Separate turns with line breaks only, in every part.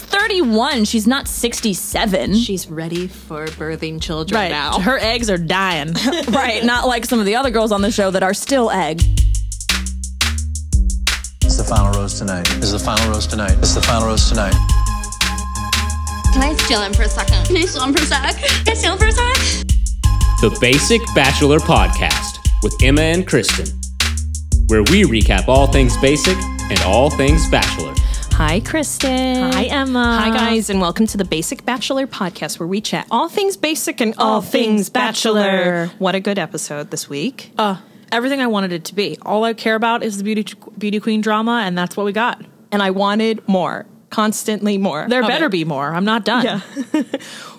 31. She's not 67.
She's ready for birthing children
Right.
now.
Her eggs are dying.
right, not like some of the other girls on the show that are still egg.
It's the final rose tonight. It's the final rose tonight. It's the final rose tonight.
Can I steal him for a second? Can I steal him for a sec? Can I steal him for a sec?
The Basic Bachelor Podcast with Emma and Kristen, where we recap all things basic and all things bachelor.
Hi, Kristen. Hi, Emma.
Hi, guys, and welcome to the Basic Bachelor podcast where we chat all things basic and all, things, bachelor.
bachelor.
What a good episode this week.
Uh, everything I wanted it to be. All I care about is the beauty beauty queen drama, and that's what we got.
and I wanted more, constantly more.
There
of
better
it.
be more. I'm not done.
Yeah.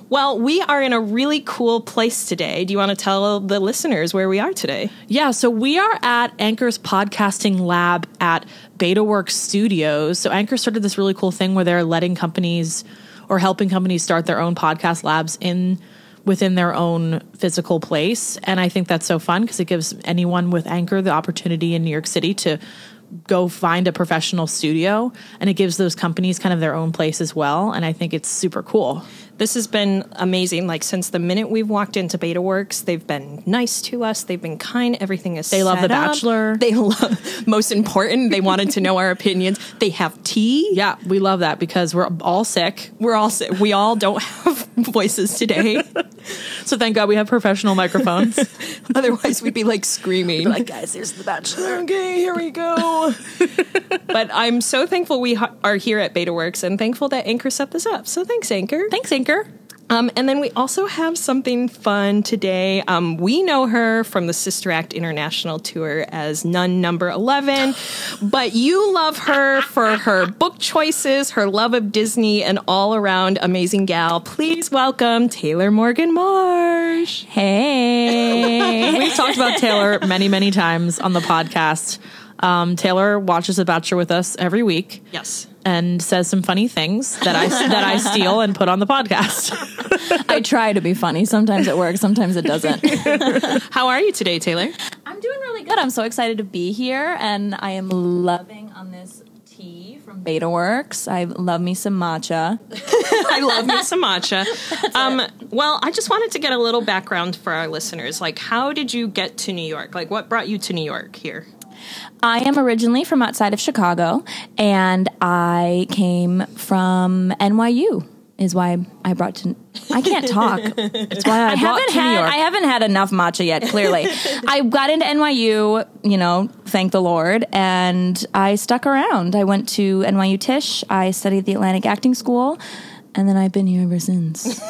Well, we are in a really cool place today. Do you want to tell the listeners where we are today?
Yeah, so we are at Anchor's podcasting lab at BetaWorks Studios. So Anchor started this really cool thing where they're letting companies or helping companies start their own podcast labs in within their own physical place, and I think that's so fun because it gives anyone with Anchor the opportunity in New York City to go find a professional studio and it gives those companies kind of their own place as well and I think it's super cool.
This has been amazing. Like since the minute we've walked into BetaWorks, they've been nice to us. They've been kind. Everything is
They love
set
The
up.
Bachelor.
They love most important. They wanted to know our opinions. They have tea.
Yeah, we love that because we're all sick.
We're all si- we all don't have voices today.
So thank God we have professional microphones.
Otherwise, we'd be like screaming. like, guys, here's the Bachelor. Okay, here we go. but I'm so thankful we ha- are here at BetaWorks, and thankful that Anchor set this up. So thanks, Anchor.
Thanks, Anchor.
Um, and then we also have something fun today. Um, we know her from the Sister Act International Tour as Nun Number 11, but you love her for her book choices, her love of Disney, and all around amazing gal. Please welcome Taylor Morgan Marsh.
Hey. We've talked about Taylor many, many times on the podcast. Um, Taylor watches The Bachelor with us every week.
Yes.
And says some funny things that I that I steal and put on the podcast.
I try to be funny. Sometimes it works, sometimes it doesn't.
How are you today, Taylor?
I'm doing really good. I'm so excited to be here and I am loving on this tea from BetaWorks. I love me some matcha.
I love me some matcha. Um, well, I just wanted to get a little background for our listeners. Like, how did you get to New York? Like, what brought you to New York here?
I am originally from outside of Chicago and I came from NYU. Is why I brought to. I can't talk. It's why I, haven't
to New
had.
York.
I haven't had enough matcha yet. Clearly, I got into NYU. You know, thank the Lord, and I stuck around. I went to NYU Tisch. I studied the Atlantic Acting School, and then I've been here ever since.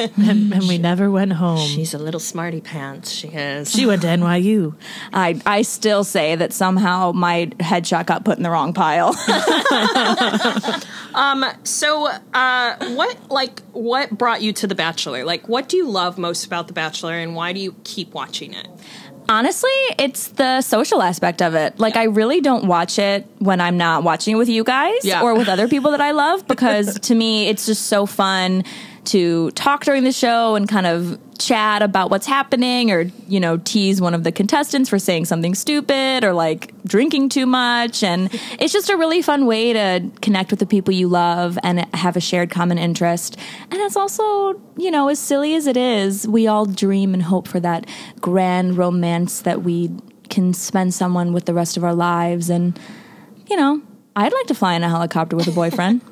and we never went home.
She's a little smarty pants. She is.
She went to NYU.
I I still say that somehow my headshot got put in the wrong pile.
So, uh, what like what brought you to The Bachelor? Like, what do you love most about The Bachelor, and why do you keep watching it?
Honestly, it's the social aspect of it. Like, I really don't watch it when I'm not watching it with you guys
Yeah.
or with other people that I love because to me, it's just so fun to talk during the show and kind of chat about what's happening or, you know, tease one of the contestants for saying something stupid or like drinking too much. And it's just a really fun way to connect with the people you love and have a shared common interest. And it's also, you know, as silly as it is, we all dream and hope for that grand romance that we can spend someone with the rest of our lives. And, you know, I'd like to fly in a helicopter with a boyfriend.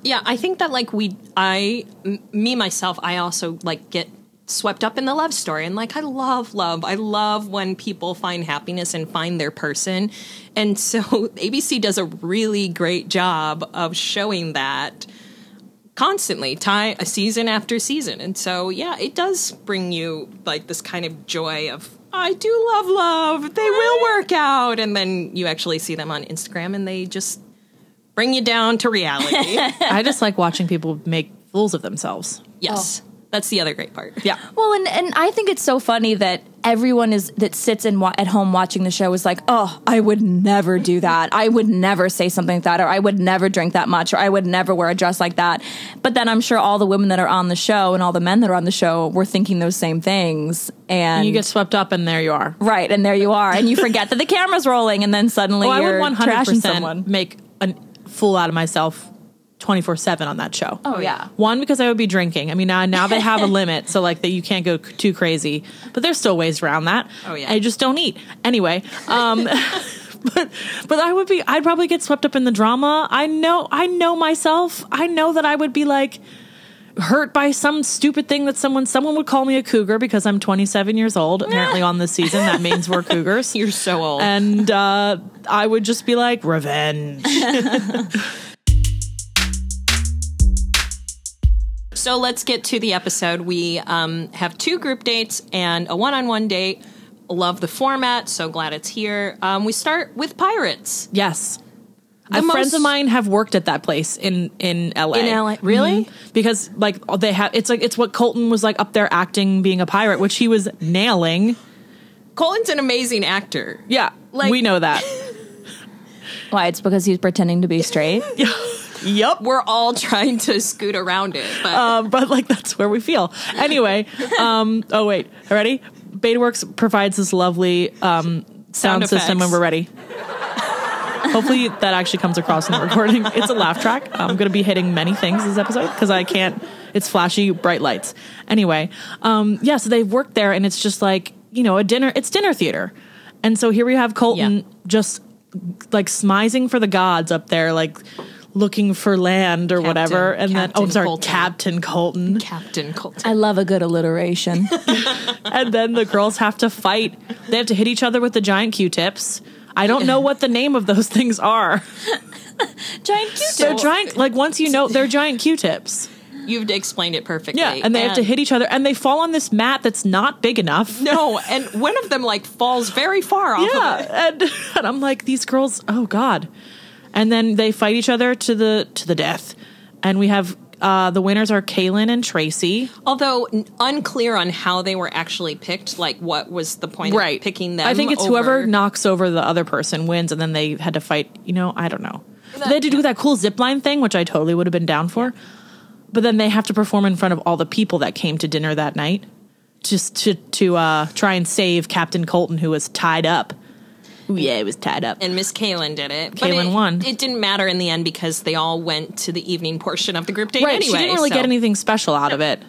Yeah, I think that like we, I, m- me myself, I also like get swept up in the love story, and like I love love. I love when people find happiness and find their person, and so ABC does a really great job of showing that constantly, time a season after season, and so yeah, it does bring you like this kind of joy of. I do love love. They will work out. And then you actually see them on Instagram and they just bring you down to reality.
I just like watching people make fools of themselves.
Yes. Oh. That's the other great part.
Yeah.
Well, and, and I think it's so funny that everyone is that sits in wa- at home watching the show is like, oh, I would never do that. I would never say something like that, or I would never drink that much, or I would never wear a dress like that. But then I'm sure all the women that are on the show and all the men that are on the show were thinking those same things, and
You get swept up and there you are.
right, and there you are, and you forget that the camera's rolling, and then suddenly
Well, I
you're
would
trashing
100%
someone.
make a fool out of myself 24 7 on that show.
Oh, yeah.
One, because I would be drinking. I mean, now, now they have a limit, so like that you can't go c- too crazy, but there's still ways around that.
Oh, yeah.
I just don't eat. Anyway, um, but, but I would be, I'd probably get swept up in the drama. I know, I know myself. I know that I would be like, hurt by some stupid thing that someone someone would call me a cougar because I'm 27 years old apparently on this season that means we're cougars
You're so old.
and uh, I would just be like, revenge.
So let's get to the episode. We um, have two group dates and a one on one date. Love the format. So glad it's here. Um, we start with pirates
Yes.
The
Uh, friends
most-
of mine have worked at that place in in LA.
in LA. Really?
Mhm. Because like they have it's like it's what Colton was like up there acting being a pirate, which he was nailing.
Colton's an amazing actor.
Yeah.
Like-
we know that.
Why? It's because he's pretending to be straight.
yep.
We're all trying to scoot around it, but
Um, but like that's where we feel. Anyway, um oh wait, ready? BetaWorks provides this lovely um sound,
Sound
system when
effects.
we're ready. Hopefully that actually comes across in the recording. It's a laugh track. I'm going to be hitting many things this episode because I can't. It's flashy, bright lights. Anyway, um, yeah. So they've worked there, and it's just like you know a dinner. It's dinner theater, and so here we have Colton
Yeah.
just like smizing for the gods up there, like looking for land or whatever. And then oh, I'm
Captain
sorry,
Colton.
Captain Colton.
Captain Colton.
I love a good alliteration.
and then the girls have to fight. They have to hit each other with the giant Q-tips. I don't know what the name of those things are.
Giant Q-tip.
They're giant. Like once you know, they're giant Q-tips.
You've explained it perfectly.
Yeah, and they have to hit each other, and they fall on this mat that's not big enough.
No, and one of them like falls very far off. Of it.
Yeah, and, and I'm like, these girls, oh god. And then they fight each other to the to the death, and we have uh, the winners are Kaylin and Tracy.
Although n- unclear on how they were actually picked, like what was the point of picking them?
I think it's whoever
over-
knocks over the other person wins, and then they had to fight. You know, I don't know. they had to do that cool zip line thing, which I totally would have been down for. But then they have to perform in front of all the people that came to dinner that night, just to to uh, try and save Captain Colton, who was tied up. Ooh, yeah, it was tied up.
and Miss Kalen did it. But
Kalen
it-
won.
It didn't matter in the end because they all went to the evening portion of the group date
right,
anyway.
she didn't really
so-
get anything special out of it.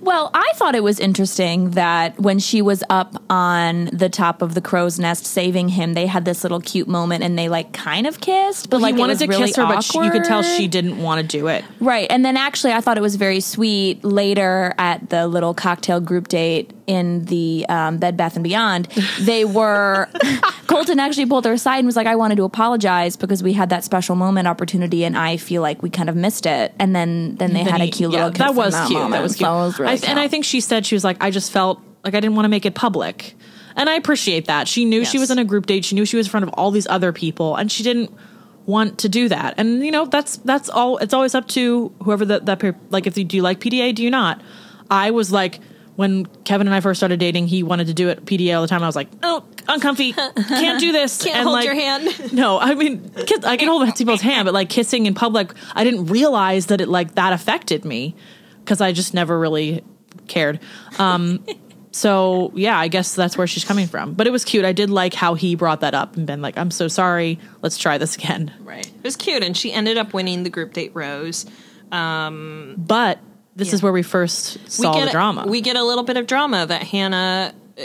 Well, I thought it was interesting that when she was up on the top of the crow's nest saving him, they had this little cute moment and they like kind of kissed, but like
he
it
wanted
was
to
really
kiss her, but she, you could tell
awkward.
she didn't want to do it.
Right. And then actually, I thought it was very sweet later at the little cocktail group date in the um, Bed Bath and Beyond. They were, Colton actually pulled her aside and was like, I wanted to apologize because we had that special moment opportunity and I feel like we kind of missed it. And then, then they
Then
had
he-
a cute little kiss.
That
in
was cute.
moment.
That was cute.
So it was really
I th- and I
cute.
think she said she was like, I just felt like I didn't want to make it public, and I appreciate that. She knew she
Yes.
was in a group date. She knew she was in front of all these other people, and she didn't want to do that. And you know, that's that's all. It's always up to whoever that that per- like. If you do you like PDA, do you not? I was like. When Kevin and I first started dating, he wanted to do it PDA all the time. I was like, "Oh, uncomfy, can't do this."
Can't
And,
hold
like,
your hand.
no, I mean, kiss, I can hold people's hand, but like kissing in public, I didn't realize that it like that affected me because I just never really cared. Um, so yeah, I guess that's where she's coming from. But it was cute. I did like how he brought that up and been like, "I'm so sorry. Let's try this again."
Right. It was cute, and she ended up winning the group date rose.
But this is where we first saw
get
the drama.
We get a little bit of drama that Hannah, uh,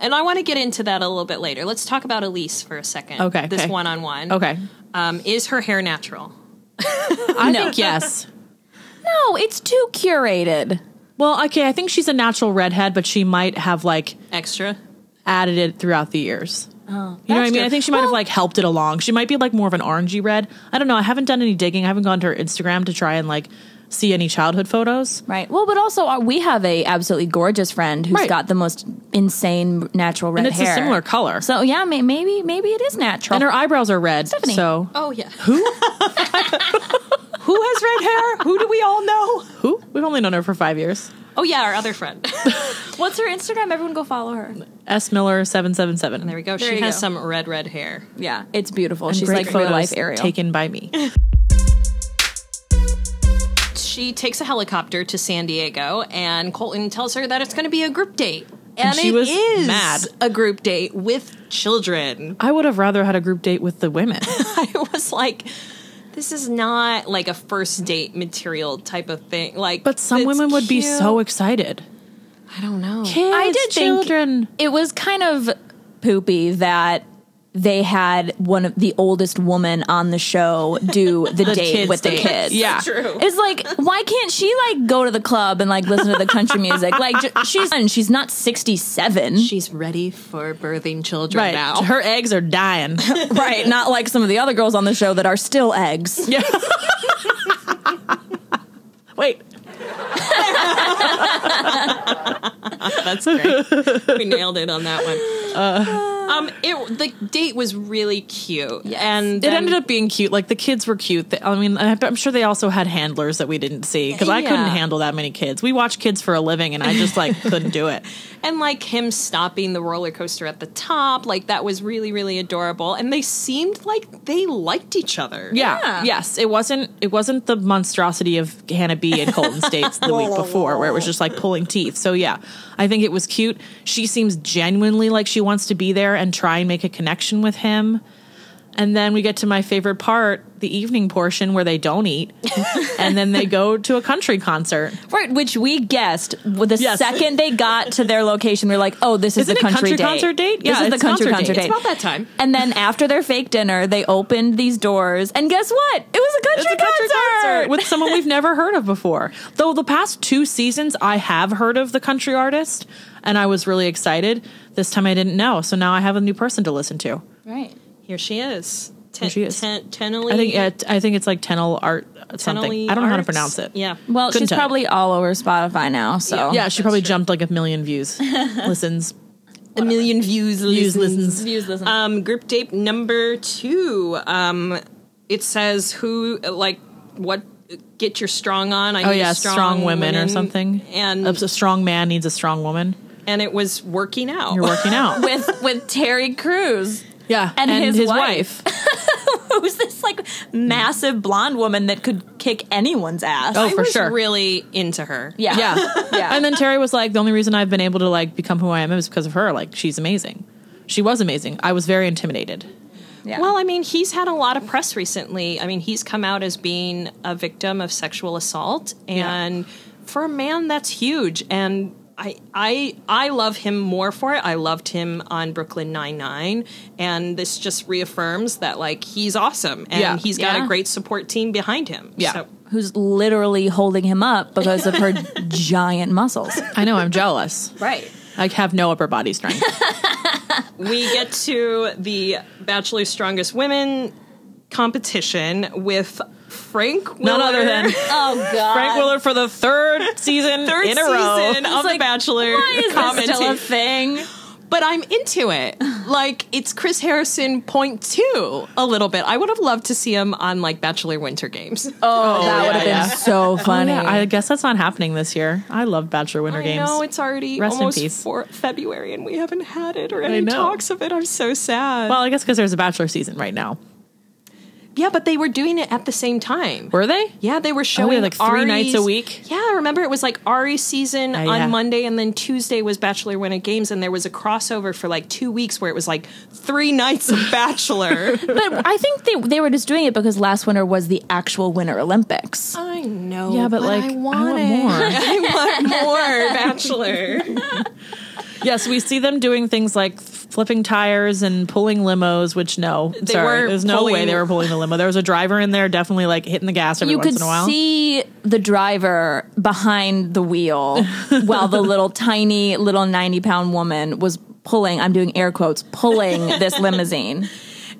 and I want to get into that a little bit later. Let's talk about Elise for a second.
Okay,
This
okay.
one on one.
okay,
Um, is her hair natural?
I think yes.
no, it's too curated.
Well, okay, I think she's a natural redhead, but she might have like
Extra.
added it throughout the years. you know what I mean?
true.
I think she might have
Well-
like helped it along. She might be like more of an orangey red. I don't know. I haven't done any digging. I haven't gone to her Instagram to try and like see any childhood photos.
Right. Well, but also uh, we have a absolutely gorgeous friend who's
Right.
got the most insane natural red
And it's
hair.
a similar color.
So yeah, may- maybe maybe it is natural.
and her eyebrows are red.
Stephanie.
So
Oh yeah. Who? Who has red hair? Who do we all know?
who? We've only known her for five years.
Oh yeah, our other friend.
What's her Instagram? Everyone go follow her.
S Miller seven seven seven.
There we go.
you
she has
go.
some red, red hair.
Yeah, it's beautiful. She's like for
photos
life Ariel.
taken by me.
She takes a helicopter to San Diego, and Colton tells her that it's going to be a group date.
And she
it
was
is
mad.
a group date with children.
I would have rather had a group date with the women.
I was like, this is not like a first date material type of thing. Like,
But some
it's
women would be
cute.
so excited.
I don't know.
Kids,
I did think-
children.
it was kind of poopy that they had one of the oldest woman on the show do the, date
kids
with the
date.
kids.
Yeah.
True.
It's like, why can't she like go to the club and like listen to the country music? Like j- she's and she's not 67.
She's ready for birthing children
right
now.
Her eggs are dying.
right, not like some of the other girls on the show that are still eggs.
yeah. Wait.
That's great. we nailed it on that one.
Uh.
um, it the date was really cute, and um,
it ended up being cute. Like the kids were cute. They- I mean, I- I'm sure they also had handlers that we didn't see because I couldn't
Yeah.
handle that many kids. We watch kids for a living, and I just like couldn't do it.
and like him stopping the roller coaster at the top, like that was really really adorable, and they seemed like they liked each other.
Yeah.
Yeah.
Yes. It wasn't. It wasn't the monstrosity of Hannah B and Colton States the week before, where it was just like pulling teeth. So yeah, I think it was cute. She seems genuinely like she wants to be there and try and make a connection with him. And then we get to my favorite part, the evening portion where they don't eat, and then they go to a country concert.
Right, which we guessed w- the
Yes.
second they got to their location, we are like, oh, this is
Isn't
the
it
country,
country
date.
concert date?
this
Yeah,
is the
it's
country
concert date.
concert
It's
date.
about that time.
And then after their fake dinner, they opened these doors, and guess what? It was a country,
It's a country
concert.
concert with someone we've never heard of before. Though the past two seasons, I have heard of the country artist, and I was really excited. This time, I didn't know, so now I have a new person to listen to.
right.
Here she is. Ten,
Here she is.
Ten, tenally,
I think yeah, t- I think it's like Tenel Art something.
tenally
I don't know how to
arts?
pronounce it.
Yeah.
Well,
Couldn't
she's
tell you.
probably all over Spotify now, so
yeah. She probably jumped like a million views, listens.
a million views,
Views, listens.
Views, listens.
Um, group date number two. Um, it says who like what get your strong on. I
Oh
need a
yeah, strong, women, or something.
And
a, a strong man needs a strong woman.
and it was working out.
You're working out.
with with Terry Crews,
yeah,
and his
wife.
who's this like massive blonde woman that could kick anyone's ass.
Oh,
I
for
was
sure.
really into her.
yeah,
Yeah.
yeah.
And then Terry was like, the only reason I've been able to like become who I am is because of her. Like she's amazing. She was amazing. I was very intimidated.
yeah.
Well, I mean, he's had a lot of press recently. I mean, he's come out as being a victim of sexual assault, and for a man, that's huge. And I, I, I love him more for it. I loved him on Brooklyn Nine Nine, and this just reaffirms that like he's awesome, and
Yeah.
he's got
Yeah.
a great support team behind him.
Yeah.
So-
who's literally holding him up because of her giant muscles?
I know I'm jealous.
Right.
I have no upper body strength.
we get to the Bachelor's Strongest Women competition with Frank Willer.
None other than
Oh God.
Frank Willer for the third season
Third
in a row.
season of The
like,
Bachelor
Why is
commenting.
this still a thing?
but I'm into it. Like it's Chris Harrison point two a little bit. I would have loved to see him on like Bachelor Winter Games.
Oh, that would have
yeah.
been so funny.
Yeah, I guess that's not happening this year. I love Bachelor Winter
I
Games.
know it's already
Rest in
almost
peace.
for February and we haven't had it or any
know.
talks of it. I'm so sad.
well, I guess because there's a Bachelor season right now.
yeah, but they were doing it at the same time.
Were they?
Yeah, they were showing
like, three
Ari's-
nights a week?
Yeah, I remember it was like Ari season
Ah,
on
yeah.
Monday, and then Tuesday was Bachelor Winter Games, and there was a crossover for like two weeks where it was like three nights of Bachelor.
but I think they they were just doing it because last winter was the actual Winter Olympics.
I know.
Yeah, but, like
I
I
want,
want
it.
more.
I want more Bachelor.
Yes, we see them doing things like flipping tires and pulling limos, which no, sorry,
were
there's no way
pulling-
they were pulling the limo. There was a driver in there, definitely like hitting the gas every
you
once
could
in a while.
see the driver behind the wheel while the little tiny little 90 pound woman was pulling i'm doing air quotes pulling this limousine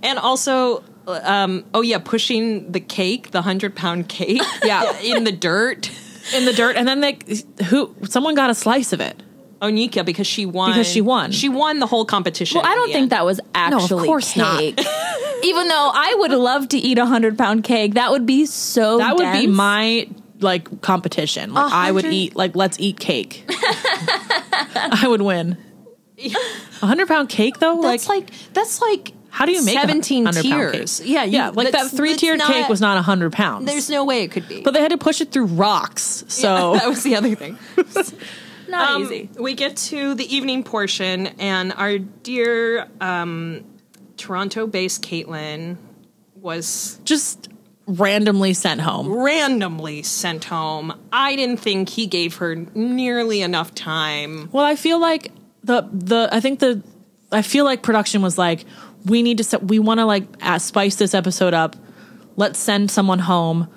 and also um, oh yeah pushing the cake the 100 pound cake
Yeah.
in the dirt
in the dirt, and then they who someone got a slice of it.
onika because she won
Because she won.
she won the whole competition
well i don't think that was
of
actually
course not.
cake even though i would love to eat a 100 pound cake that would be so
That would be
dense.
my like competition. Like I would eat like let's eat cake. I would win. A hundred pound cake though,
that's like, that's like
how do you make a
17
100 pound cake?
tiers yeah you-
yeah, like that
that's-
three tiered
that's
cake
not-
was not a hundred pounds.
there's no way it could be
but they had to push it through rocks. So
that was the other thing
not
Um,
easy
We get to the evening portion, and our dear um, Toronto-based Caitlin was
just randomly sent home.
randomly sent home. I didn't think he gave her nearly enough time.
Well, I feel like the the I think the I feel like production was like we need to se- we want to like uh, spice this episode up. Let's send someone home.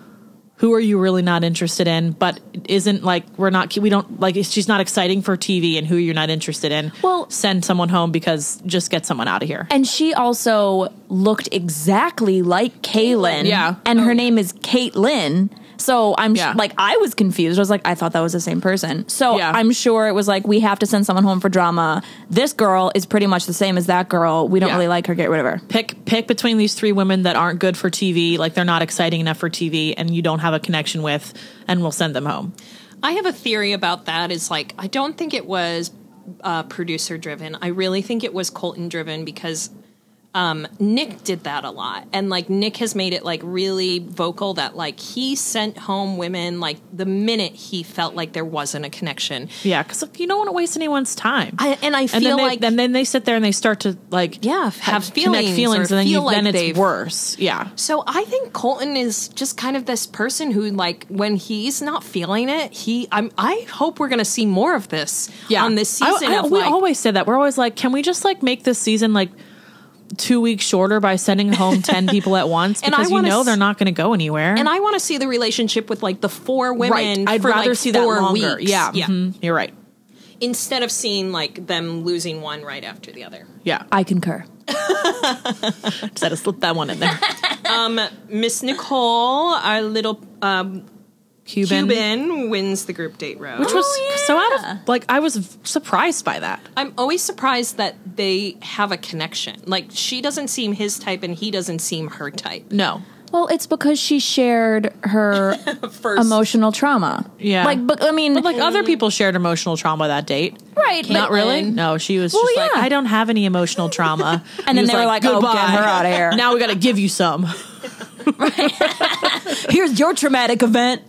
Who are you really not interested in? But isn't like we're not we don't like she's not exciting for TV and who you're not interested in.
Well-
send someone home because just get someone out of here.
And she also looked exactly like Kaylin.
Yeah. Oh.
And her name is Caitlin. So I'm sh-
Yeah.
like, I was confused. I was like, I thought that was the same person. So
Yeah.
I'm sure it was like, we have to send someone home for drama. This girl is pretty much the same as that girl. We don't
Yeah.
really like her. Get rid of her.
pick pick between these three women that aren't good for TV, like they're not exciting enough for TV and you don't have a connection with and we'll send them home.
I have a theory about that is like I don't think it was uh, producer driven. I really think it was Colton driven because um, Nick did that a lot, and like Nick has made it like really vocal that like he sent home women like the minute he felt like there wasn't a connection.
Yeah, cuz you don't want to waste anyone's time.
I, and I feel
and then they,
like
and then they sit there and they start to like
Yeah,
ha-
have
connect
feelings
feelings
or
and then
feel
you,
like
then it's
they've-
worse. Yeah.
So I think Colton is just kind of this person who, like, when he's not feeling it, he. I'm. I hope we're gonna see more of this on this
I-
season.
I-
of,
we
like,
always say that. We're always like, can we just like make this season like two weeks shorter by sending home 10 people at once
And I
because you
wanna
know
s-
they're not going to go anywhere.
and I want to see the relationship with like the four women.
right. I'd
for,
rather
like,
see that
four
longer.
weeks.
Yeah.
yeah.
mhm, You're right.
Instead of seeing like them losing one right after the other.
Yeah.
I concur.
Just had to slip that one in there.
Miss Nicole, our little um,
Cuban.
Cuban. Oh, wins the group date row,
Which was so out of like I was v- surprised by that.
I'm always surprised that they have a connection. Like she doesn't seem his type, and he doesn't seem her type.
No.
Well, it's because she shared her
First,
emotional trauma.
Yeah.
Like, but I mean,
But like other people shared emotional trauma that date.
right. but-
Not really. No, she was
Well,
just like,
yeah.
I don't have any emotional trauma.
And
He
then
was
they were like, oh, get
"Goodbye."
her outta here.
now we got to give you some.
Here's your traumatic event.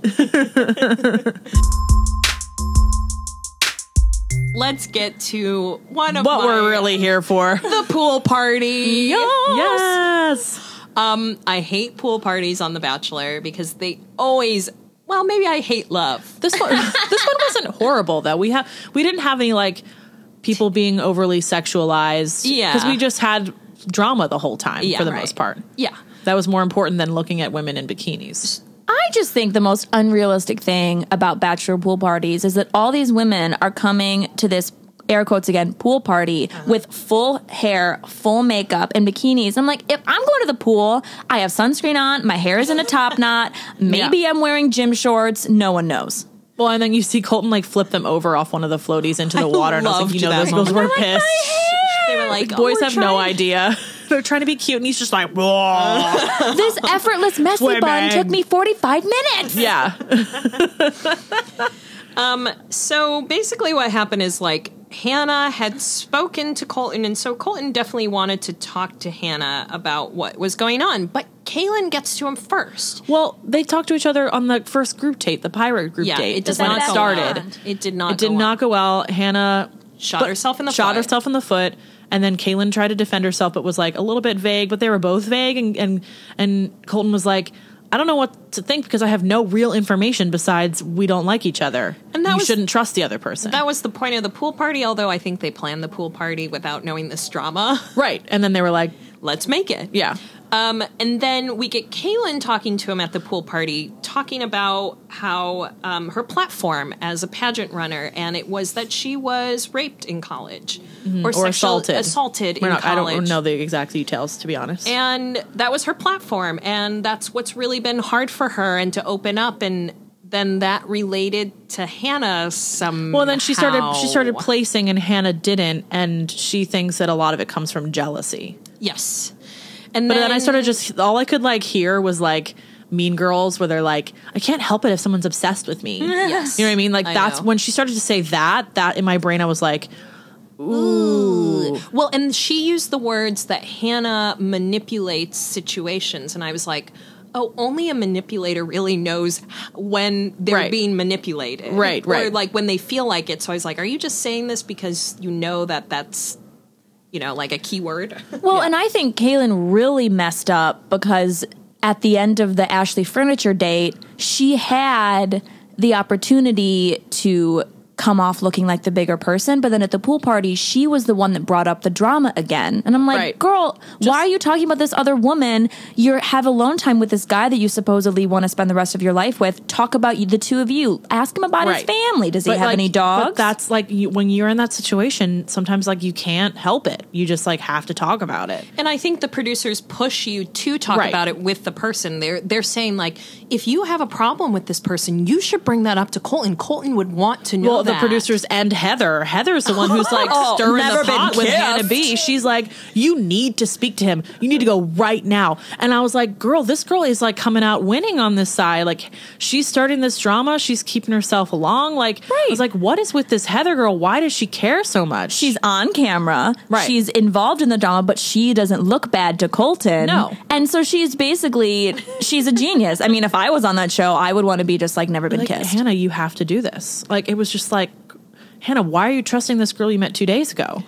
let's get to one of
What
my-
we're really here for.
the pool party.
Yes.
Um, I hate pool parties on The Bachelor because they always. Well, maybe I hate love.
This one, this one wasn't horrible though. We have we didn't have any like people being overly sexualized.
Yeah.
because we just had drama the whole time
Yeah,
for the
right.
most part.
Yeah.
That was more important than looking at women in bikinis.
I just think the most unrealistic thing about bachelor pool parties is that all these women are coming to this air quotes again pool party
Uh-huh.
with full hair, full makeup, and bikinis. I'm like, if I'm going to the pool, I have sunscreen on, my hair is in a top knot, maybe I'm wearing gym shorts. No one knows.
Well, and then you see Colton like flip them over off one of the floaties into the water, and I was
loved
like, you know,
that
those girls were
moment.
pissed.
They were like,
Boys
oh, we're
have no
trying-
idea. They're trying to be cute, and he's just like,
Uh,
"Whoa."
This effortless messy bun
Women.
took me 45 minutes.
yeah,
So basically, what happened is like Hannah had spoken to Colton, and so Colton definitely wanted to talk to Hannah about what was going on. But Kaylin gets to him first.
Well, they talked to each other on the first group date, the pirate group
yeah,
date.
it does
when
not
it
go
started.
well. It did not.
It did
go
not go well. Hannah
Shot
but-
herself in the
shot
foot.
herself in the foot, and then Kaylin tried to defend herself, but was like a little bit vague. But they were both vague, and and and Colton was like. I don't know what to think because I have no real information besides we don't like each other.
And that
you
was-
shouldn't trust the other person.
That was the point of the pool party. Although I think they planned the pool party without knowing this drama.
right. And then they were like,
Let's make it.
yeah.
Um, and then we get Kaylin talking to him at the pool party, talking about how um, her platform as a pageant runner, and it was that she was raped in college or,
Mm-hmm. Or
sexual-
assaulted.
Assaulted
We're
in
not- I
college.
don't know the exact details, to be honest.
And that was her platform, and that's what's really been hard for her, and to open up, and then that related to Hannah some.
Well, then she started. She started placing, and Hannah didn't, and she thinks that a lot of it comes from jealousy.
Yes, and
But
then,
then I started just all I could like hear was like Mean Girls, where they're like, "I can't help it if someone's obsessed with me."
Yes.
You know what I mean? Like
I
that's
know.
when she started to say that. That in my brain, I was like,
Well, and she used the words that Hannah manipulates situations, and I was like, oh, only a manipulator really knows when they're
Right.
being manipulated,
Right,
Or
right.
like when they feel like it. So I was like, are you just saying this because you know that that's, you know, like a keyword?
Well, and I think Kaylin really messed up because at the end of the Ashley Furniture date, she had the opportunity to come off looking like the bigger person, but then at the pool party, she was the one that brought up the drama again. And I'm like,
Right.
girl, why are you talking about this other woman? You have alone time with this guy that you supposedly want to spend the rest of your life with. Talk about you, the two of you. Ask him about his
Right.
family. Does he
But,
have
like,
any
but
dogs?
that's like you, when you're in that situation, sometimes like you can't help it. You just like have to talk about it.
And I think the producers push you to talk
Right.
about it with the person. They're they're saying like, if you have a problem with this person, you should bring that up to Colton. Colton would want to know.
Well, the
that.
producers and Heather. Heather's the one who's like
Oh,
stirring the
never been
pot with
kissed.
Hannah B. She's like, you need to speak to him. You need to go right now. And I was like, girl, this girl is like coming out winning on this side. Like she's starting this drama. She's keeping herself along. Like I was like, what is with this Heather girl? Why does she care so much?
she's on camera.
Right.
She's involved in the drama, but she doesn't look bad to Colton.
No.
And so she's basically she's a genius. I mean, if I was on that show, I would want to be just like never been
like,
kissed.
Hannah, you have to do this. Like it was just like, Hannah, why are you trusting this girl you met two days ago?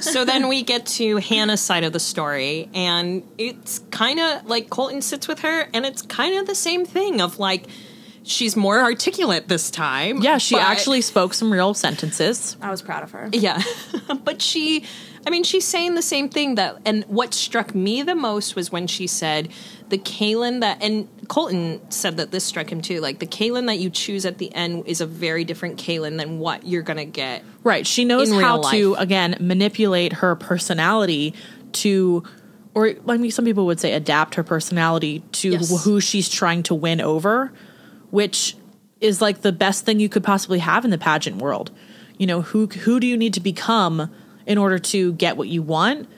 so then we get to Hannah's side of the story, and it's kind of like Colton sits with her, and it's kind of the same thing of like she's more articulate this time.
Yeah, she
but-
actually spoke some real sentences.
I was proud of her.
Yeah. but she I mean she's saying the same thing that and what struck me the most was when she said the Kalen that and Colton said that this struck him too like the Kalen that you choose at the end is a very different Kalen than what you're going to get.
Right. She knows
in real
how to
life.
again manipulate her personality to or I mean some people would say adapt her personality to
Yes.
who she's trying to win over, which is like the best thing you could possibly have in the pageant world. You know, who who do you need to become in order to get what you want?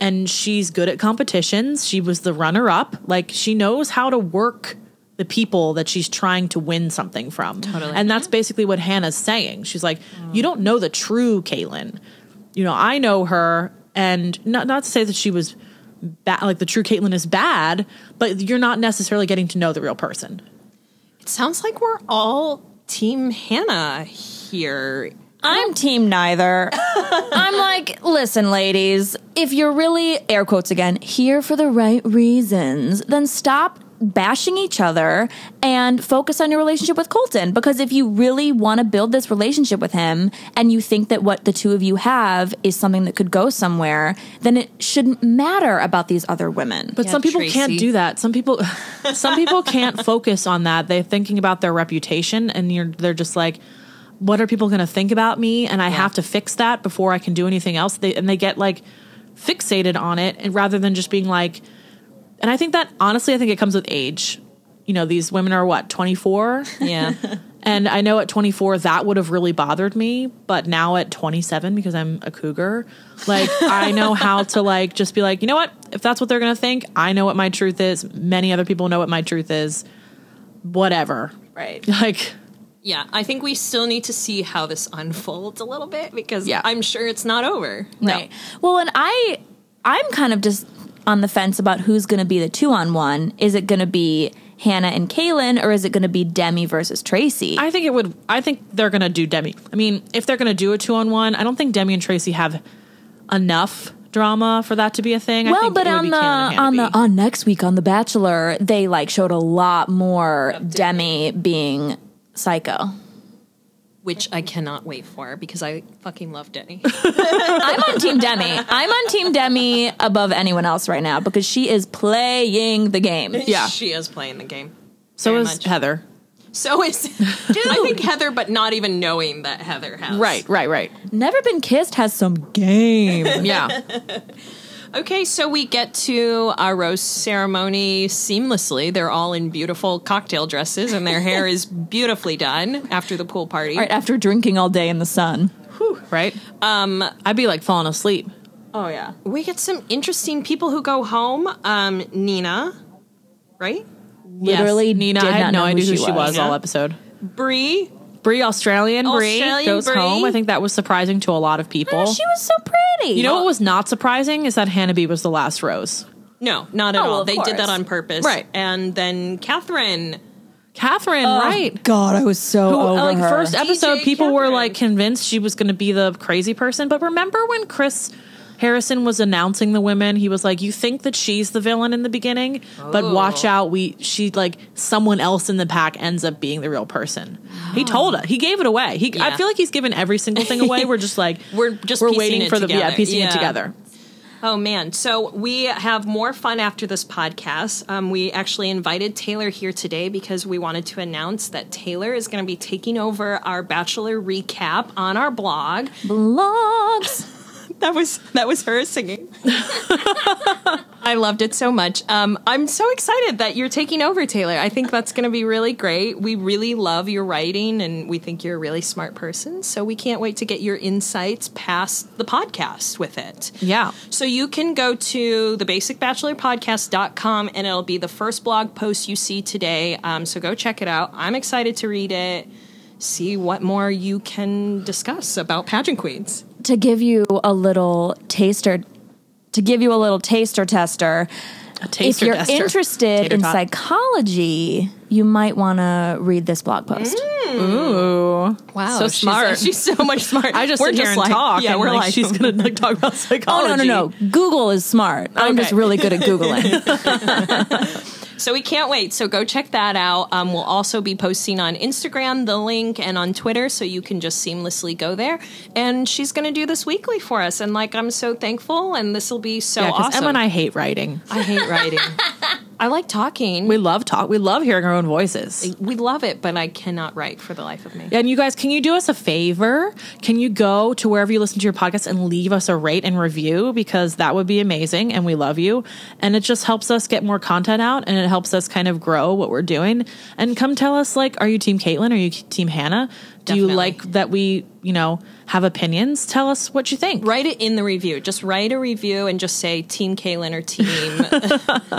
And she's good at competitions. She was the runner up. Like she knows how to work the people that she's trying to win something from. Totally. And that's basically what Hannah's saying. She's like, you don't know the true Caitlyn. You know, I know her, and not not to say that she was bad. Like the true Caitlyn is bad, but you're not necessarily getting to know the real person.
It sounds like we're all team Hannah here.
I'm team neither. I'm like, listen, ladies, if you're really, air quotes again, here for the right reasons, then stop bashing each other and focus on your relationship with Colton. Because if you really want to build this relationship with him and you think that what the two of you have is something that could go somewhere, then it shouldn't matter about these other women.
But some people can't
Tracy.
do that. Some people, some people can't focus on that. They're thinking about their reputation, and you're they're just like, what are people going to think about me? And I have to fix that before I can do anything else. They and they get like fixated on it, and rather than just being like, and I think that honestly, I think it comes with age. You know, these women are what twenty four,
Yeah.
and I know at twenty four that would have really bothered me, but now at twenty seven because I'm a cougar, like I know how to like just be like, you know what? If that's what they're gonna think, I know what my truth is. Many other people know what my truth is. Whatever,
Right.
like.
yeah, I think we still need to see how this unfolds a little bit because
Yeah.
I'm sure it's not over.
Right. Well, and I I'm kind of just on the fence about who's going to be the two on one. Is it going to be Hannah and Kaylin, or is it going to be Demi versus Tracy?
I think it would. I think they're going to do Demi. I mean, if they're going to do a two on one, I don't think Demi and Tracy have enough drama for that to be a thing. I
well,
think
but
it would
on
be
the
Caitlyn and Hannah
on the
B.
on next week on The Bachelor, they like showed a lot more Demi being psycho.
Which I cannot wait for because I fucking love Denny.
I'm on Team Demi. I'm on Team Demi above anyone else right now because she is playing the game.
Yeah.
She is playing the game.
so
very
is
much.
Heather.
So is I think Heather, but not even knowing that Heather has.
Right, right, right.
Never been kissed has some game.
Yeah,
Okay, so we get to our rose ceremony seamlessly. They're all in beautiful cocktail dresses and their hair is beautifully done after the pool party.
right after drinking all day in the sun.
right. Um, I'd be like falling asleep.
Oh yeah.
We get some interesting people who go home. Um, Nina, right?
Literally
Nina.
did
I
not
had no
know who
idea who
she
she, was
was.
all episode.
Bree.
Bree, Australian Bree
Australian
goes
Bree.
home. I think that was surprising to a lot of people.
she was so pretty.
you know what was not surprising is that Hannah B was the last rose.
No, not at
Oh, well,
all.
of
they
course.
did that on purpose.
Right.
And then Catherine.
Catherine,
Oh,
right?
God, I was so
Who- like first
DJ
episode people were
Catherine.
like convinced she was going to be the crazy person but remember when chris Harrison was announcing the women. He was like, "You think that she's the villain in the beginning,
Oh.
but watch out. We she like someone else in the pack ends up being the real person." He told us. He gave it away. He I
Yeah.
feel like he's given every single thing away. We're just like
We're just
we're
piecing
waiting
it
for the yeah
together.
piecing it
Yeah.
together.
Oh man! So we have more fun after this podcast. Um, we actually invited Taylor here today because we wanted to announce that Taylor is going to be taking over our Bachelor recap on our blog.
Blogs.
That was that was her singing. I loved it so much. Um, I'm so excited that you're taking over, Taylor. I think that's going to be really great. We really love your writing, and we think you're a really smart person. So we can't wait to get your insights past the podcast with it.
Yeah.
So you can go to thebasicbachelorpodcast.com and it'll be the first blog post you see today. Um, so go check it out. I'm excited to read it. See what more you can discuss about pageant queens.
to give you a little taster, to give you a little taster tester.
taster
if you're
tester.
interested
Tater
in
tot.
psychology, you might want to read this blog post.
Mm.
Wow,
So
Oh, she's-
smart.
She's, so much smart.
I just
we're
sit
just
here and
like,
talk.
Yeah,
and,
we're
like,
like,
she's gonna like, talk about
Oh
psychology.
no no no! Google is smart. I'm
Okay.
just really good at googling.
So we can't wait. So go check that out. Um, we'll also be posting on Instagram the link and on Twitter, so you can just seamlessly go there. And she's going to do this weekly for us, and like I'm so thankful. And this will be so
Yeah, 'cause
awesome.
Emma and I hate writing.
I hate writing. I like talking.
We
We,
love talk. We love hearing our own voices.
love it, but I cannot write for the life of me.
And you guys, can you do us a favor? Can you go to wherever you listen to your podcast and leave us a rate and review because that would be amazing and we love you. And it just helps us get more content out and it helps us kind of grow what we're doing. And come tell us like are you team Caitlin? Are you team Hannah? Do
Definitely.
you like that we, you know, have opinions? Tell us what you think.
Write it in the review. Just write a review and just say Team Kaylin or Team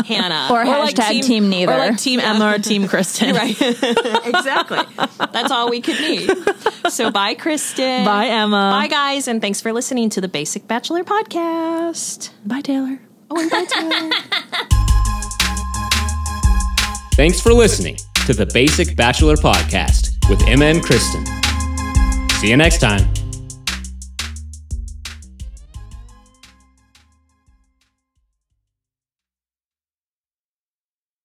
Hannah
Or hashtag team neither.
Or like team Emma or team Kristen.
Right. exactly. That's all we could need. So bye, Kristen.
Bye Emma.
Bye, guys, and thanks for listening to the Basic Bachelor Podcast.
Bye Taylor.
Oh, and bye, Taylor.
Thanks for listening to the Basic Bachelor Podcast with Emma and Kristen. See you next time.